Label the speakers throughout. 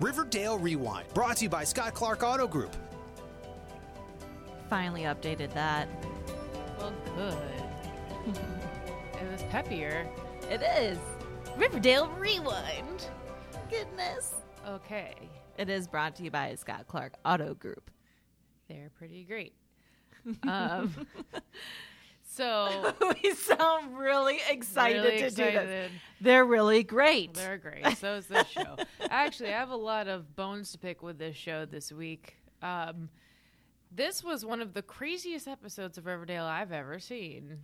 Speaker 1: Riverdale Rewind, brought to you by Scott Clark Auto Group.
Speaker 2: Finally updated that.
Speaker 3: Well, good. it was peppier.
Speaker 2: It is Riverdale Rewind. Goodness.
Speaker 3: Okay.
Speaker 2: It is brought to you by Scott Clark Auto Group.
Speaker 3: They're pretty great. Um, so,
Speaker 2: we sound really excited
Speaker 3: really
Speaker 2: to do this.
Speaker 3: excited.
Speaker 2: They're really great.
Speaker 3: They're great. So is this show. Actually, I have a lot of bones to pick with this show this week. Um, this was one of the craziest episodes of Riverdale I've ever seen.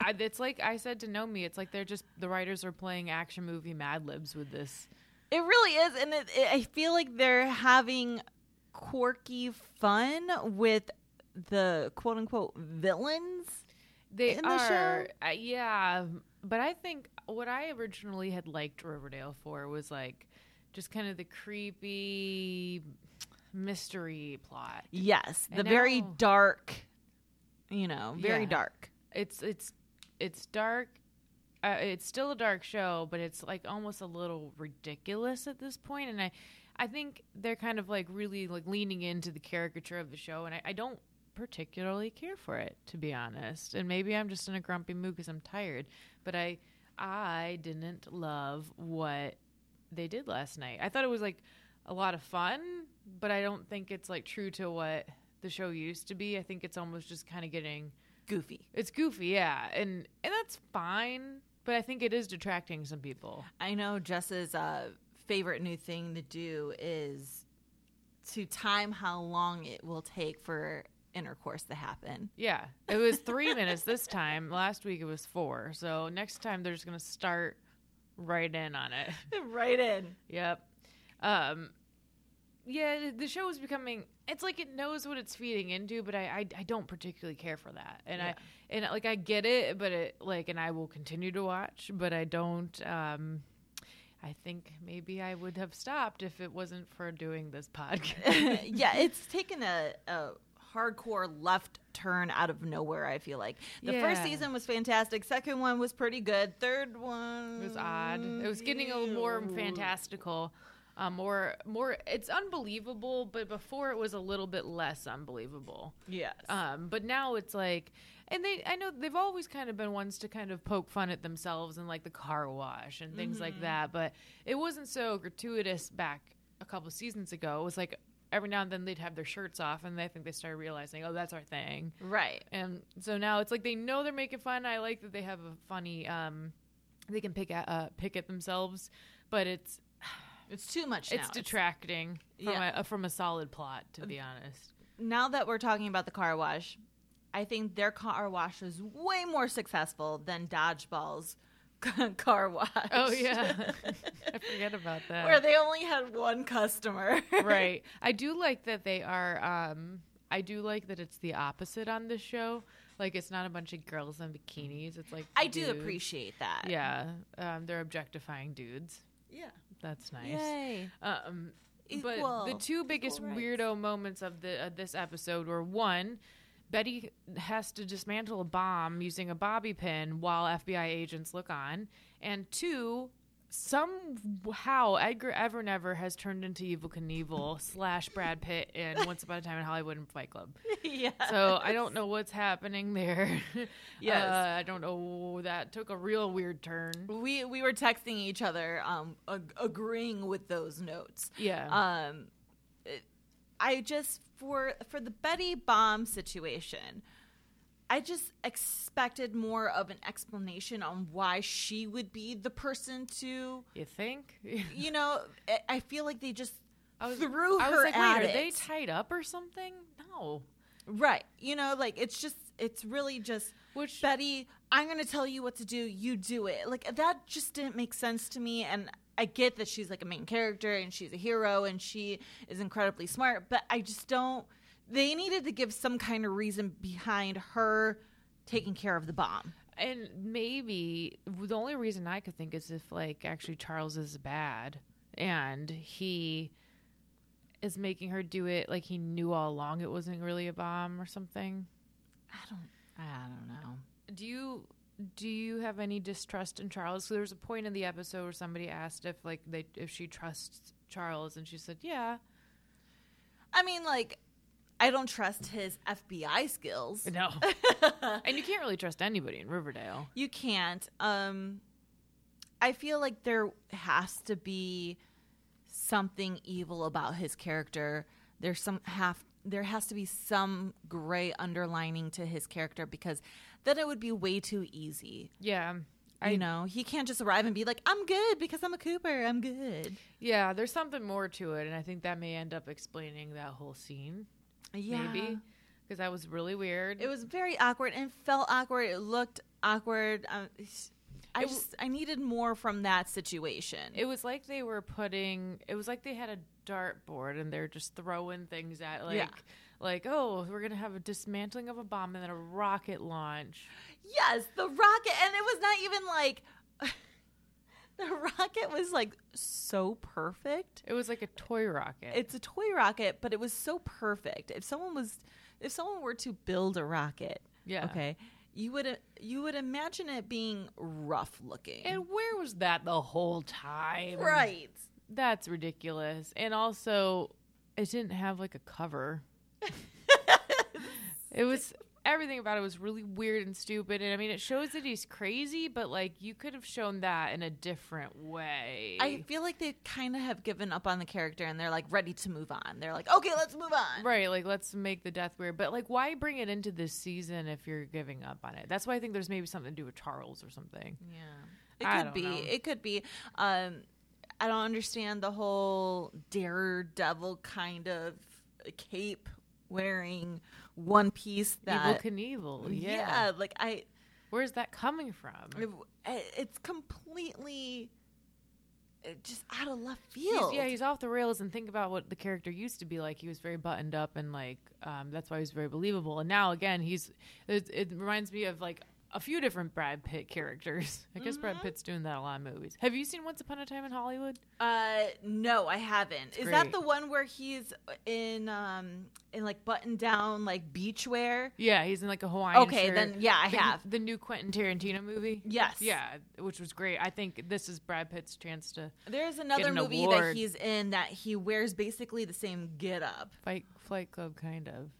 Speaker 3: I, it's like I said to Nomi, it's like they're just the writers are playing action movie Mad Libs with this.
Speaker 2: It really is, and it, it, I feel like they're having quirky fun with the quote unquote villains.
Speaker 3: They
Speaker 2: in the show?
Speaker 3: are, uh, yeah. But I think what I originally had liked Riverdale for was like just kind of the creepy mystery plot.
Speaker 2: Yes,
Speaker 3: I
Speaker 2: the very
Speaker 3: know.
Speaker 2: dark, you know, very
Speaker 3: Yeah.
Speaker 2: dark.
Speaker 3: It's it's it's dark. Uh, it's still a dark show, but it's like almost a little ridiculous at this point, and I. I think they're kind of like really like leaning into the caricature of the show, and I, I don't particularly care for it to be honest. And maybe I'm just in a grumpy mood because I'm tired, but I I didn't love what they did last night. I thought it was like a lot of fun, but I don't think it's like true to what the show used to be. I think it's almost just kind of getting
Speaker 2: Goofy.
Speaker 3: it's goofy, yeah, and and that's fine, but I think it is detracting some people.
Speaker 2: I know Jess's uh, favorite new thing to do is to time how long it will take for intercourse to happen.
Speaker 3: Yeah, it was three minutes this time. Last week it was four, so next time they're just gonna start right in on it.
Speaker 2: right in.
Speaker 3: Yep. Um, yeah, the show is becoming. It's like it knows what it's feeding into, but I I, I don't particularly care for that, and I and like I get it, but it like and I will continue to watch, but I don't. Um, I think maybe I would have stopped if it wasn't for doing this podcast.
Speaker 2: yeah, it's taken a, a hardcore left turn out of nowhere, I feel like. The first
Speaker 3: Yeah.
Speaker 2: season was fantastic, second one was pretty good, third one
Speaker 3: It was odd. It was getting a little more fantastical, um, more more. It's unbelievable, but before it was a little bit less unbelievable.
Speaker 2: Yes.
Speaker 3: Um, but now it's like, and they, I know they've always kind of been ones to kind of poke fun at themselves and like the car wash and things like that. But it wasn't so gratuitous back a couple seasons ago. It was like every now and then they'd have their shirts off, and I think they started realizing, oh, that's our thing.
Speaker 2: right.
Speaker 3: And so now it's like they know they're making fun. I like that they have a funny, um, they can pick at uh, pick at themselves, but it's
Speaker 2: It's too much now.
Speaker 3: it's detracting from
Speaker 2: Yeah.
Speaker 3: a from a solid plot, to be honest.
Speaker 2: now that we're talking about the car wash, I think their car wash is way more successful than Dodgeball's car wash.
Speaker 3: Oh yeah, I forget about that.
Speaker 2: Where they only had one customer.
Speaker 3: right. I do like that they are. Um, I do like that it's the opposite on this show. Like it's not a bunch of girls in bikinis. It's like
Speaker 2: I do
Speaker 3: dudes.
Speaker 2: appreciate that.
Speaker 3: Yeah, um, they're objectifying dudes.
Speaker 2: Yeah.
Speaker 3: That's nice.
Speaker 2: Yay.
Speaker 3: Um,
Speaker 2: Equal-
Speaker 3: but the two biggest
Speaker 2: rights.
Speaker 3: weirdo moments of the of this episode were one, Betty has to dismantle a bomb using a bobby pin while FBI agents look on, and two, somehow Edgar Evernever has turned into Evil Knievel slash Brad Pitt in Once Upon a Time in Hollywood and Fight Club.
Speaker 2: yeah.
Speaker 3: So I don't know what's happening there.
Speaker 2: Yes.
Speaker 3: Uh, I don't know. That took a real weird turn.
Speaker 2: we we were texting each other um ag- agreeing with those notes
Speaker 3: Yeah.
Speaker 2: um it- i just for for the betty bomb situation i just expected more of an explanation on why she would be the person to
Speaker 3: you think?
Speaker 2: you know I- i feel like they just
Speaker 3: I was,
Speaker 2: threw
Speaker 3: I
Speaker 2: her
Speaker 3: was like,
Speaker 2: at
Speaker 3: wait,
Speaker 2: it
Speaker 3: are they tied up or something? No.
Speaker 2: right you know like it's just it's really just
Speaker 3: Which
Speaker 2: Betty, I'm going to tell you what to do. You do it. Like that just didn't make sense to me. And I get that she's like a main character and she's a hero and she is incredibly smart, but I just don't. They needed to give some kind of reason behind her taking care of the bomb.
Speaker 3: and maybe the only reason I could think is if like actually Charles is bad and he is making her do it like he knew all along it wasn't really a bomb or something.
Speaker 2: I don't. I don't know.
Speaker 3: Do you do you have any distrust in Charles? So there was a point in the episode where somebody asked if like they if she trusts Charles?" And she said, "Yeah."
Speaker 2: I mean, like, I don't trust his FBI skills.
Speaker 3: No, and you can't really trust anybody in Riverdale.
Speaker 2: You can't. Um, I feel like there has to be something evil about his character. There's some half. There has to be some gray underlining to his character because then it would be way too easy.
Speaker 3: Yeah,
Speaker 2: I you know he can't just arrive and be like, "I'm good because I'm a Cooper. I'm good."
Speaker 3: yeah. There's something more to it, and I think that may end up explaining that whole scene. Maybe because that was really weird.
Speaker 2: It was very awkward and felt awkward. It looked awkward. Um, I
Speaker 3: It w-
Speaker 2: just I needed more from that situation.
Speaker 3: It was like they were putting. It was like they had a dartboard and they're just throwing things at like.
Speaker 2: Yeah.
Speaker 3: Like oh, we're gonna have a dismantling of a bomb and then a rocket launch.
Speaker 2: yes, the rocket, and it was not even like the rocket was like so perfect.
Speaker 3: It was like a toy rocket.
Speaker 2: It's a toy rocket, but it was so perfect. If someone was, if someone were to build a rocket,
Speaker 3: Yeah.
Speaker 2: okay, you would you would imagine it being rough looking,
Speaker 3: and where was that the whole time?
Speaker 2: right?
Speaker 3: That's ridiculous. And also, it didn't have like a cover. it was everything about it was really weird and stupid. And I mean, it shows that he's crazy, but like you could have shown that in a different way.
Speaker 2: I feel like they kind of have given up on the character and they're like ready to move on. They're like, okay, let's move on.
Speaker 3: Right, like let's make the death weird, but like why bring it into this season if you're giving up on it? That's why I think there's maybe something to do with Charles or something.
Speaker 2: Yeah. It could
Speaker 3: I don't
Speaker 2: be.
Speaker 3: know.
Speaker 2: It could be. Um, I don't understand the whole daredevil kind of cape wearing one piece that.
Speaker 3: Evil Knievel,
Speaker 2: yeah. like I,
Speaker 3: Where's that coming from?
Speaker 2: it- it's completely uh, just out of left
Speaker 3: He's-
Speaker 2: field.
Speaker 3: yeah, he's off the rails. And think about what the character used to be like. He was very buttoned up, and like um, that's why he's very believable. And now again, he's it, it reminds me of like a few different Brad Pitt characters. I guess Brad
Speaker 2: Mm-hmm.
Speaker 3: Pitt's doing that a lot in movies. Have you seen Once Upon a Time in Hollywood?
Speaker 2: Uh, no, I haven't. Is that
Speaker 3: great.
Speaker 2: the one where he's in um in like button down like beachwear?
Speaker 3: Yeah, he's in like a Hawaiian.
Speaker 2: Okay,
Speaker 3: shirt.
Speaker 2: then, yeah, I
Speaker 3: The-
Speaker 2: have.
Speaker 3: the new Quentin Tarantino movie.
Speaker 2: Yes.
Speaker 3: yeah, which was great. I think this is Brad Pitt's chance to
Speaker 2: There's another
Speaker 3: an
Speaker 2: movie that
Speaker 3: award.
Speaker 2: he's in that he wears basically the same get up,
Speaker 3: fight Flight Club, kind of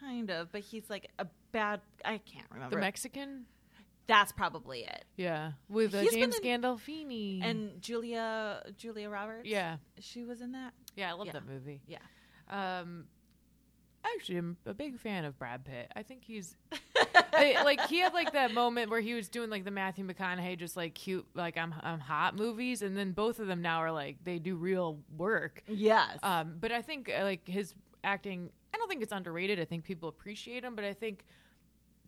Speaker 2: kind of, but he's like a bad. I can't
Speaker 3: the
Speaker 2: remember.
Speaker 3: Mexican.
Speaker 2: That's probably it.
Speaker 3: Yeah, with uh,
Speaker 2: He's been
Speaker 3: James
Speaker 2: in-
Speaker 3: Gandolfini.
Speaker 2: And Julia Julia Roberts.
Speaker 3: yeah,
Speaker 2: she was in that.
Speaker 3: yeah, I love
Speaker 2: Yeah.
Speaker 3: that movie.
Speaker 2: Yeah,
Speaker 3: Um, actually, I'm a big fan of Brad Pitt. I think he's I- like he had like that moment where he was doing like the Matthew McConaughey just like cute like I'm I'm hot movies, and then both of them now are like they do real work.
Speaker 2: yes,
Speaker 3: Um, but I think uh, like his acting, I don't think it's underrated. I think people appreciate him, but I think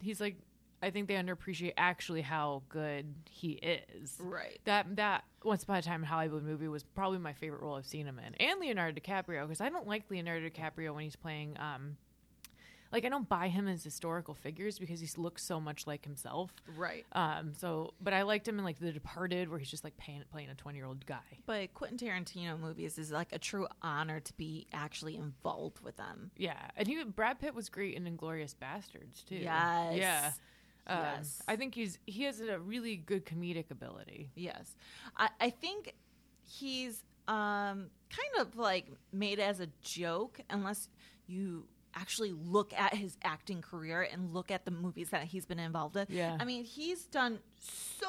Speaker 3: he's like I think they underappreciate actually how good he is.
Speaker 2: right.
Speaker 3: That that Once Upon a Time in Hollywood movie was probably my favorite role I've seen him in, and Leonardo DiCaprio because I don't like Leonardo DiCaprio when he's playing. Um, like I don't buy him as historical figures because he looks so much like himself.
Speaker 2: Right.
Speaker 3: Um, so but I liked him in like The Departed where he's just like playing, playing a twenty year old guy.
Speaker 2: But Quentin Tarantino movies is like a true honor to be actually involved with them.
Speaker 3: Yeah, and he Brad Pitt was great in Inglorious Bastards too.
Speaker 2: Yes.
Speaker 3: Yeah. Um,
Speaker 2: Yes.
Speaker 3: I think he's he has a really good comedic ability.
Speaker 2: Yes. I, I think he's um, kind of like made as a joke, unless you actually look at his acting career and look at the movies that he's been involved with.
Speaker 3: Yeah.
Speaker 2: I mean, he's done so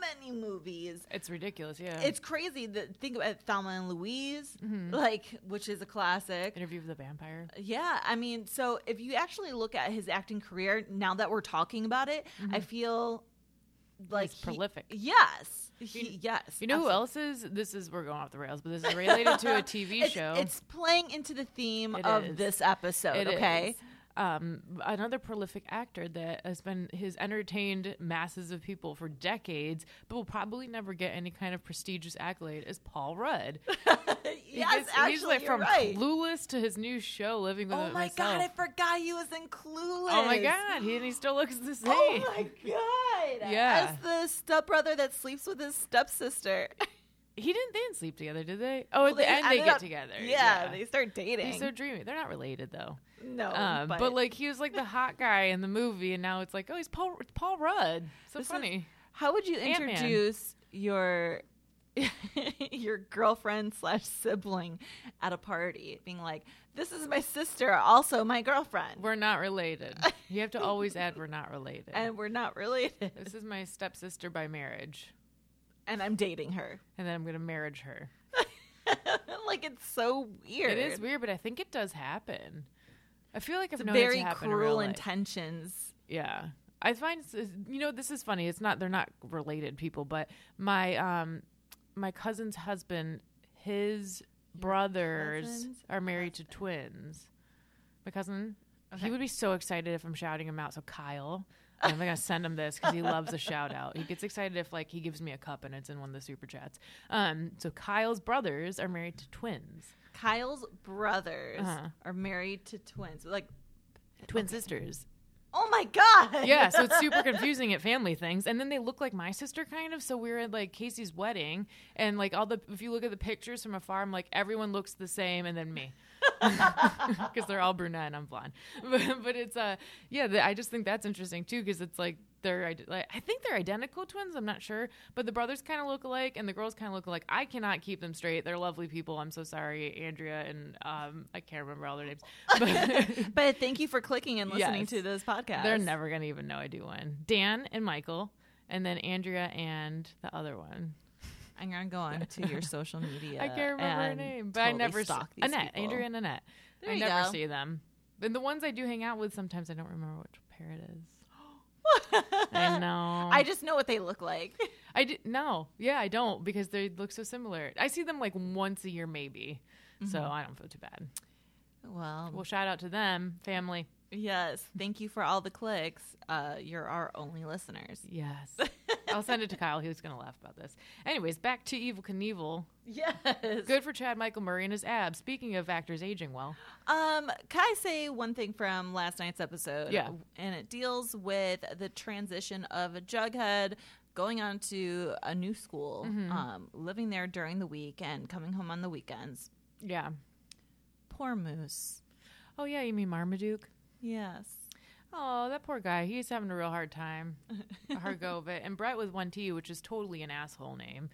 Speaker 2: many movies.
Speaker 3: It's ridiculous. Yeah. Mm-hmm.
Speaker 2: It's crazy that think about Thelma and Louise, like which is a classic.
Speaker 3: Interview with the Vampire.
Speaker 2: Yeah, I mean, so if you actually look at his acting career now that we're talking about it, I feel like
Speaker 3: Mm-hmm. He's
Speaker 2: he-
Speaker 3: prolific.
Speaker 2: Yes, he, yes.
Speaker 3: You know who
Speaker 2: absolutely.
Speaker 3: else is? This is we're going off the rails, but this is related to a TV
Speaker 2: it's,
Speaker 3: show.
Speaker 2: It's playing into the theme
Speaker 3: It
Speaker 2: of
Speaker 3: is.
Speaker 2: this episode.
Speaker 3: It
Speaker 2: okay,
Speaker 3: is. Um, another prolific actor that has been has entertained masses of people for decades, but will probably never get any kind of prestigious accolade is Paul Rudd. He
Speaker 2: yes,
Speaker 3: gets-
Speaker 2: actually,
Speaker 3: he's like
Speaker 2: you're
Speaker 3: from
Speaker 2: right.
Speaker 3: Clueless to his new show, Living with
Speaker 2: oh
Speaker 3: It
Speaker 2: my god,
Speaker 3: Myself.
Speaker 2: I forgot he was in Clueless.
Speaker 3: Oh my god, he, and he still looks the same.
Speaker 2: Oh my god!
Speaker 3: Yeah.
Speaker 2: as the stepbrother that sleeps with his stepsister.
Speaker 3: he didn't. They didn't sleep together, did they? Oh, at
Speaker 2: Well,
Speaker 3: the end they
Speaker 2: ended
Speaker 3: get
Speaker 2: up-
Speaker 3: together.
Speaker 2: Yeah, they start dating.
Speaker 3: He's so dreamy. They're not related though.
Speaker 2: no,
Speaker 3: Um, but,
Speaker 2: but
Speaker 3: like he was like the hot guy in the movie, and now it's like, oh, he's Paul. It's Paul Rudd. So
Speaker 2: This is-
Speaker 3: funny.
Speaker 2: How would you
Speaker 3: Ant-Man.
Speaker 2: introduce your your girlfriend slash sibling at a party, being like, "This is my sister, also my girlfriend,
Speaker 3: We're not related. You have to always add we're not related.
Speaker 2: and we're not related,
Speaker 3: this is my stepsister by marriage,
Speaker 2: and I'm dating her."
Speaker 3: and then I'm going to marriage her.
Speaker 2: like it's so weird.
Speaker 3: It is weird, but I think it does happen. I feel like I've
Speaker 2: It's
Speaker 3: known it to
Speaker 2: very
Speaker 3: happen in
Speaker 2: cruel
Speaker 3: real life.
Speaker 2: intentions.
Speaker 3: Yeah. I find s- is- you know this is funny. It's not they're not related people, but my um my cousin's husband, his brothers
Speaker 2: cousin's
Speaker 3: are married to twins. My cousin,
Speaker 2: Okay.
Speaker 3: he would be so excited if I'm shouting him out. So Kyle, I'm gonna send him this because he loves a shout out. He gets excited if like he gives me a cup and it's in one of the super chats. Um, so Kyle's brothers are married to twins,
Speaker 2: Kyle's brothers
Speaker 3: Uh-huh.
Speaker 2: are married to twins. Like,
Speaker 3: twin sisters.
Speaker 2: oh my god.
Speaker 3: yeah, so it's super confusing at family things. And then they look like my sister, kind of. So we were at like Casey's wedding, and like all the if you look at the pictures from afar, I'm like everyone looks the same, and then me, because they're all brunette and I'm blonde. But, but it's uh yeah, the, I just think that's interesting too, because it's like they're ide- like I think they're identical twins. I'm not sure, but the brothers kind of look alike, and the girls kind of look alike. I cannot keep them straight. They're lovely people. I'm so sorry, Andrea, and um I can't remember all their names. But
Speaker 2: But thank you for clicking and listening
Speaker 3: Yes.
Speaker 2: to this podcast.
Speaker 3: They're never gonna even know I do one. Dan and Michael, and then Andrea and the other one.
Speaker 2: I'm gonna go on to your social media.
Speaker 3: I can't remember her
Speaker 2: and
Speaker 3: name, but
Speaker 2: totally
Speaker 3: I never see
Speaker 2: stalk these
Speaker 3: Annette,
Speaker 2: people.
Speaker 3: Andrea and Annette.
Speaker 2: There
Speaker 3: I
Speaker 2: you
Speaker 3: never
Speaker 2: go.
Speaker 3: see them. And the ones I do hang out with, sometimes I don't remember which pair it is. I know.
Speaker 2: I just know what they look like.
Speaker 3: I d- no, yeah, I don't because they look so similar. I see them like once a year, maybe. So
Speaker 2: Mm-hmm.
Speaker 3: I don't feel too bad. Well,
Speaker 2: Well,
Speaker 3: shout out to them, family.
Speaker 2: yes. Thank you for all the clicks. Uh, you're our only listeners.
Speaker 3: Yes, I'll send it to Kyle. He was gonna laugh about this. Anyways, back to Evil Knievel.
Speaker 2: Yes.
Speaker 3: Good for Chad Michael Murray and his abs. Speaking of actors aging well,
Speaker 2: Um, can I say one thing from last night's episode?
Speaker 3: Yeah.
Speaker 2: And it deals with the transition of a Jughead going on to a new school, um, living there during the week and coming home on the weekends.
Speaker 3: yeah.
Speaker 2: Poor Moose.
Speaker 3: Oh yeah, you mean Marmaduke?
Speaker 2: Yes.
Speaker 3: Oh, that poor guy. He's having a real hard time, a hard go of it. And Brett with one T, which is totally an asshole name.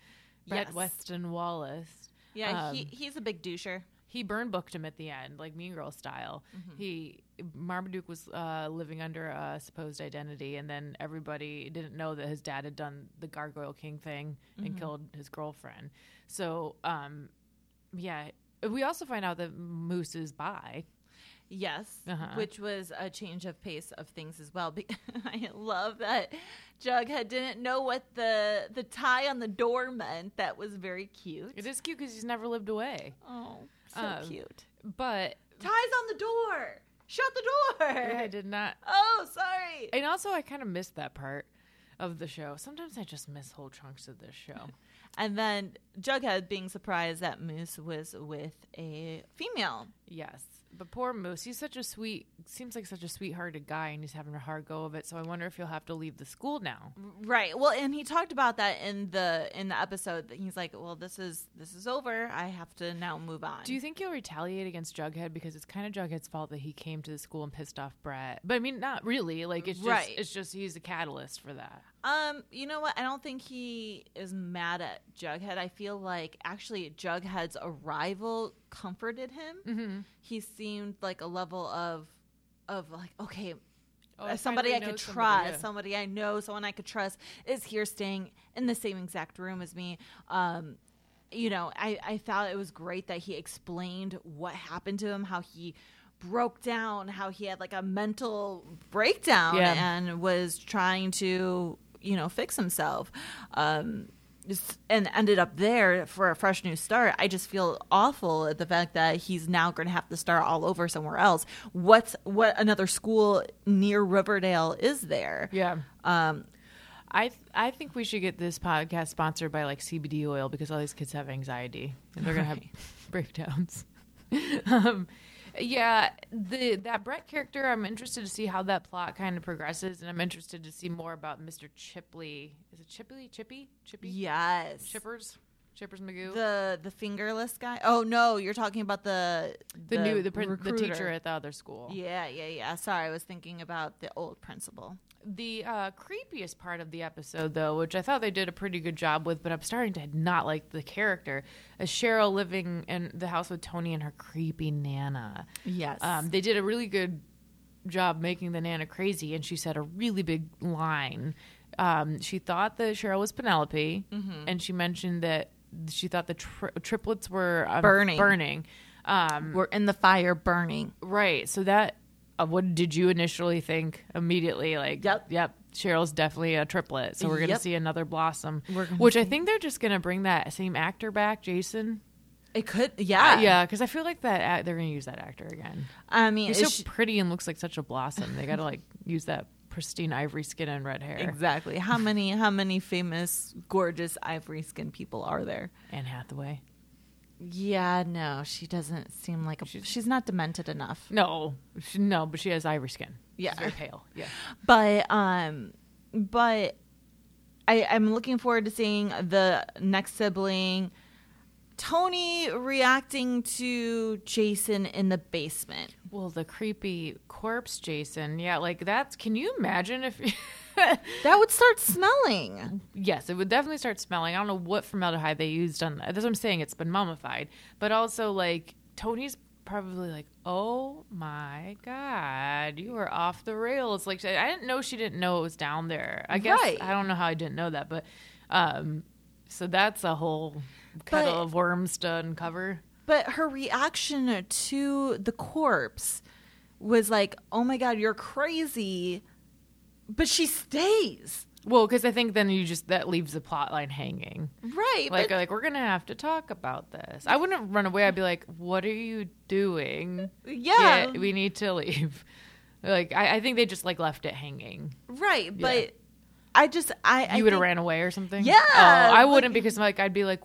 Speaker 3: Brett
Speaker 2: Yes.
Speaker 3: Weston Wallace.
Speaker 2: Yeah,
Speaker 3: Um,
Speaker 2: he, he's a big doucher.
Speaker 3: he burn booked him at the end, like Mean Girl style. He Marmaduke was uh, living under a supposed identity, and then everybody didn't know that his dad had done the Gargoyle King thing and killed his girlfriend. So, um, yeah, we also find out that Moose is bi.
Speaker 2: Yes,
Speaker 3: Uh-huh.
Speaker 2: which was a change of pace of things as well. Be- I love that Jughead didn't know what the the tie on the door meant. That was very cute.
Speaker 3: It is cute because he's never lived away,
Speaker 2: Oh, so
Speaker 3: Um,
Speaker 2: cute.
Speaker 3: but
Speaker 2: Ties on the door. Shut the door.
Speaker 3: I did not.
Speaker 2: Oh, sorry.
Speaker 3: And also, I kind of missed that part of the show. Sometimes I just miss whole chunks of this show.
Speaker 2: And then Jughead being surprised that Moose was with a female.
Speaker 3: Yes, but poor Moose. He's such a sweet, seems like such a sweethearted guy, and he's having a hard go of it. So I wonder if he'll have to leave the school now.
Speaker 2: Mm-hmm. Right. Well, and he talked about that in the in the episode. That he's like, "Well, this is this is over. I have to now move on."
Speaker 3: Do you think he'll retaliate against Jughead because it's kind of Jughead's fault that he came to the school and pissed off Brett? But I mean, not really. Like it's just,
Speaker 2: Right.
Speaker 3: it's just he's a catalyst for that.
Speaker 2: Um, you know what? I don't think he is mad at Jughead. I feel like actually Jughead's arrival comforted him. Mm-hmm. He seemed like a level of of like okay, uh, somebody I could trust, somebody I know, someone I could trust is here staying in the same exact room as me. Um, you know, I, I thought it was great that he explained what happened to him, how he broke down, how he had like a mental breakdown
Speaker 3: Yeah.
Speaker 2: and was trying to, you know, fix himself. Um, s- and ended up there for a fresh new start. I just feel awful at the fact that he's now going to have to start all over somewhere else. What's what another school near Riverdale is there?
Speaker 3: Yeah.
Speaker 2: Um,
Speaker 3: I th- I think we should get this podcast sponsored by like CBD oil because all these kids have anxiety and they're gonna have breakdowns. um, yeah, the that Brett character, I'm interested to see how that plot kind of progresses, and I'm interested to see more about Mr. Chipley. Is it Chipley? Chippy? Chippy?
Speaker 2: yes.
Speaker 3: Chippers? Chipper's Magoo.
Speaker 2: the the fingerless guy. Oh no, you're talking about the
Speaker 3: the, new the, prin- the
Speaker 2: recruiter.
Speaker 3: teacher at the other school.
Speaker 2: Yeah, yeah, yeah. Sorry, I was thinking about the old principal.
Speaker 3: The uh, creepiest part of the episode, though, which I thought they did a pretty good job with, but I'm starting to not like the character, is Cheryl living in the house with Tony and her creepy nana.
Speaker 2: Yes.
Speaker 3: Um, they did a really good job making the nana crazy, and she said a really big line. Um, she thought that Cheryl was Penelope,
Speaker 2: Mm-hmm.
Speaker 3: and she mentioned that she thought the tri- triplets were um,
Speaker 2: Burning.
Speaker 3: Burning. Um,
Speaker 2: We're in the fire burning.
Speaker 3: right. So that, uh, what did you initially think immediately? Like,
Speaker 2: Yep.
Speaker 3: yep. Cheryl's definitely a triplet, so we're going to
Speaker 2: Yep.
Speaker 3: see another blossom.
Speaker 2: We're gonna
Speaker 3: Which I think they're just going to bring that same actor back, Jason. Uh,
Speaker 2: It could, yeah,
Speaker 3: yeah, because I feel like that act- they're going to use that actor again.
Speaker 2: I mean,
Speaker 3: He's
Speaker 2: it's
Speaker 3: so pretty and looks like such a blossom. They gotta like use that pristine ivory skin and red hair
Speaker 2: exactly how many how many famous gorgeous ivory skin people are there?
Speaker 3: Anne Hathaway.
Speaker 2: Yeah, no, she doesn't seem like a, she's, not demented enough.
Speaker 3: No, she, no, but she has ivory skin.
Speaker 2: Yeah.
Speaker 3: She's very pale. Yeah,
Speaker 2: But um, but I I'm looking forward to seeing the next sibling. Tony reacting to Jason in the basement.
Speaker 3: well, the creepy corpse Jason. Yeah, like that's. Can you imagine if?
Speaker 2: That would start smelling.
Speaker 3: yes, it would definitely start smelling. I don't know what formaldehyde they used on that. That's what I'm saying. It's been mummified, but also like Tony's probably like, oh my god, you are off the rails. Like I didn't know she didn't know it was down there. I guess
Speaker 2: Right.
Speaker 3: I don't know how I didn't know that, but um, so that's a whole kettle
Speaker 2: But-
Speaker 3: of worms to uncover.
Speaker 2: But her reaction to the corpse was like, "Oh my god, you're crazy." But she stays.
Speaker 3: Well, because I think then you just that leaves the plot line hanging.
Speaker 2: Right.
Speaker 3: Like,
Speaker 2: but
Speaker 3: like we're gonna have to talk about this. I wouldn't run away. I'd be like, "What are you doing?"
Speaker 2: yeah,
Speaker 3: yeah, we need to leave. Like I, I think they just like left it hanging.
Speaker 2: right, but I just I I
Speaker 3: you would have
Speaker 2: think-
Speaker 3: ran away or something.
Speaker 2: Yeah,
Speaker 3: Oh, I
Speaker 2: like-
Speaker 3: wouldn't because like I'd be like,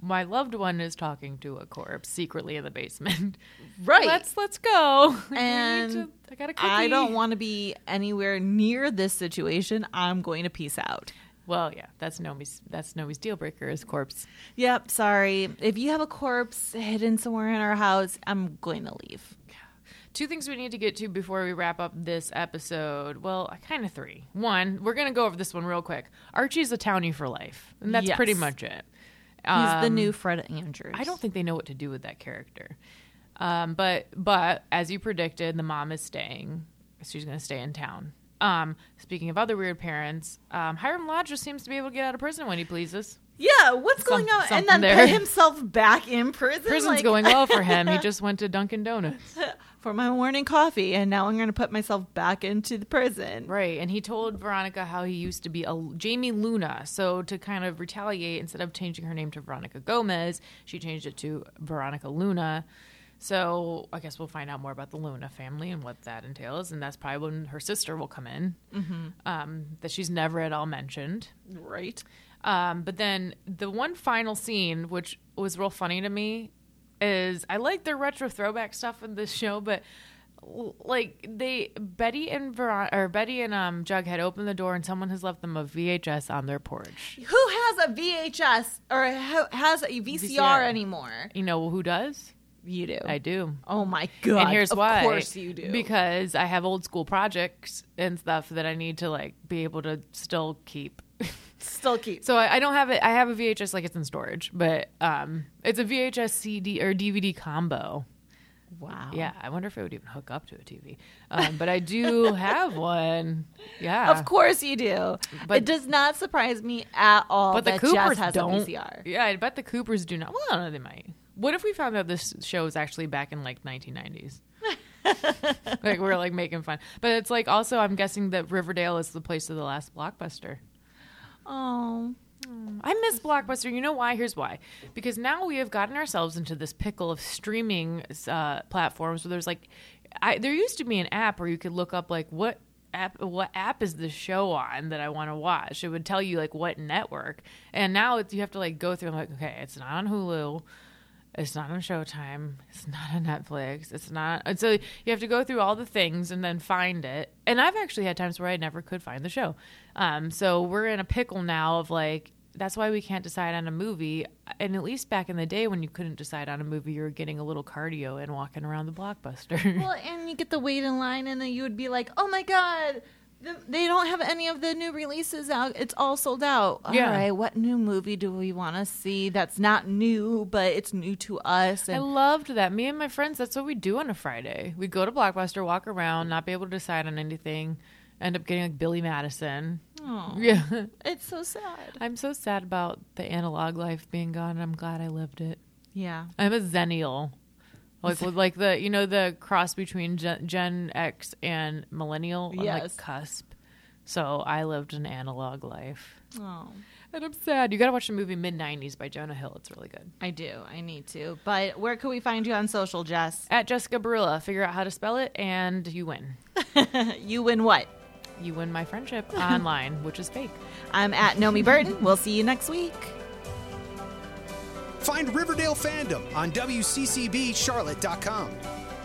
Speaker 3: my loved one is talking to a corpse secretly in the basement.
Speaker 2: right.
Speaker 3: let's let's go. We need
Speaker 2: And
Speaker 3: to- I got a cookie.
Speaker 2: I don't want to be anywhere near this situation. I'm going to peace out.
Speaker 3: Well, yeah, that's Nomi's. That's Nomi's deal breaker is corpse.
Speaker 2: Yep, sorry. If you have a corpse hidden somewhere in our house, I'm going to leave.
Speaker 3: Two things we need to get to before we wrap up this episode. Well, kind of three. One, we're gonna go over this one real quick. Archie's a townie for life, and that's pretty
Speaker 2: Yes.
Speaker 3: much it.
Speaker 2: He's the new Fred Andrews.
Speaker 3: Um, I don't think they know what to do with that character. Um, but but as you predicted, the mom is staying. She's going to stay in town. Um, speaking of other weird parents, um, Hiram Lodge just seems to be able to get out of prison when he pleases.
Speaker 2: Yeah, what's
Speaker 3: Some-
Speaker 2: going on? And
Speaker 3: something
Speaker 2: then
Speaker 3: there.
Speaker 2: put himself back in prison.
Speaker 3: Prison's
Speaker 2: like,
Speaker 3: going well for him. He just went to Dunkin' Donuts.
Speaker 2: for my morning coffee, and now I'm going to put myself back into the prison.
Speaker 3: Right, and he told Veronica how he used to be a Jamie Luna. So to kind of retaliate, instead of changing her name to Veronica Gomez, she changed it to Veronica Luna. So I guess we'll find out more about the Luna family and what that entails, and that's probably when her sister will come in, um, that she's never at all mentioned.
Speaker 2: Right.
Speaker 3: Um, but then the one final scene, which was real funny to me, is I like their retro throwback stuff in this show, but l- like they Betty and Veron or Betty and um Jughead open the door and someone has left them a VHS on their porch.
Speaker 2: Who has a VHS or ha- has a VCR,
Speaker 3: VCR.
Speaker 2: anymore?
Speaker 3: You know who does?
Speaker 2: You do.
Speaker 3: I do.
Speaker 2: oh my god!
Speaker 3: and here's
Speaker 2: of
Speaker 3: why.
Speaker 2: Of course you do.
Speaker 3: Because I have old school projects and stuff that I need to like be able to still keep.
Speaker 2: still keep.
Speaker 3: So I, I don't have it. I have a VHS like it's in storage, but um, it's a VHS CD or DVD combo.
Speaker 2: Wow.
Speaker 3: Yeah, I wonder if it would even hook up to a TV. Um, but I do have one. Yeah,
Speaker 2: Of course you do.
Speaker 3: But-
Speaker 2: it does not surprise me at all
Speaker 3: But the
Speaker 2: that Jess
Speaker 3: Coopers
Speaker 2: has a
Speaker 3: don't.
Speaker 2: VCR.
Speaker 3: Yeah, I bet the Coopers do not. Well, I don't know they might. What if we found out this show was actually back in like 1990s? like we're like making fun, but it's like also I'm guessing that Riverdale is the place of the last blockbuster.
Speaker 2: Oh,
Speaker 3: I miss Blockbuster. You know why? Here's why. Because now we have gotten ourselves into this pickle of streaming uh, platforms where there's like, I, there used to be an app where you could look up like what app what app is the show on that I want to watch. It would tell you like what network. And now it's, you have to like go through. and like, okay, it's not on Hulu. It's not on Showtime. It's not on Netflix. It's not. And so you have to go through all the things and then find it. And I've actually had times where I never could find the show. Um, so we're in a pickle now of like, that's why we can't decide on a movie. And at least back in the day when you couldn't decide on a movie, you were getting a little cardio and walking around the blockbuster.
Speaker 2: Well, and you get the wait in line, and then you would be like, "Oh my god, th- they don't have any of the new releases out. It's all sold out."
Speaker 3: Yeah.
Speaker 2: All right, what new movie do we want to see that's not new but it's new to us?
Speaker 3: I
Speaker 2: And
Speaker 3: loved that. Me and my friends, that's what we do on a Friday. We go to Blockbuster, walk around, not be able to decide on anything, end up getting like Billy Madison.
Speaker 2: Aw,
Speaker 3: Yeah.
Speaker 2: it's so sad.
Speaker 3: I'm so sad about the analog life being gone. I'm glad I lived it.
Speaker 2: Yeah,
Speaker 3: I'm a zennial. Like with like the you know the cross between Gen, Gen X and millennial on
Speaker 2: Yes.
Speaker 3: like cusp. So I lived an analog life.
Speaker 2: oh,
Speaker 3: And I'm sad. You got to watch the movie Mid 90s by Jonah Hill. It's really good.
Speaker 2: I do. I need to. But where could we find you on social, Jess?
Speaker 3: At Jessica Barilla, figure out how to spell it and you win.
Speaker 2: you win what?
Speaker 3: You win my friendship online, which is fake.
Speaker 2: I'm at Nomi Burton. We'll see you next week.
Speaker 1: Find Riverdale fandom on WCCBCharlotte.com.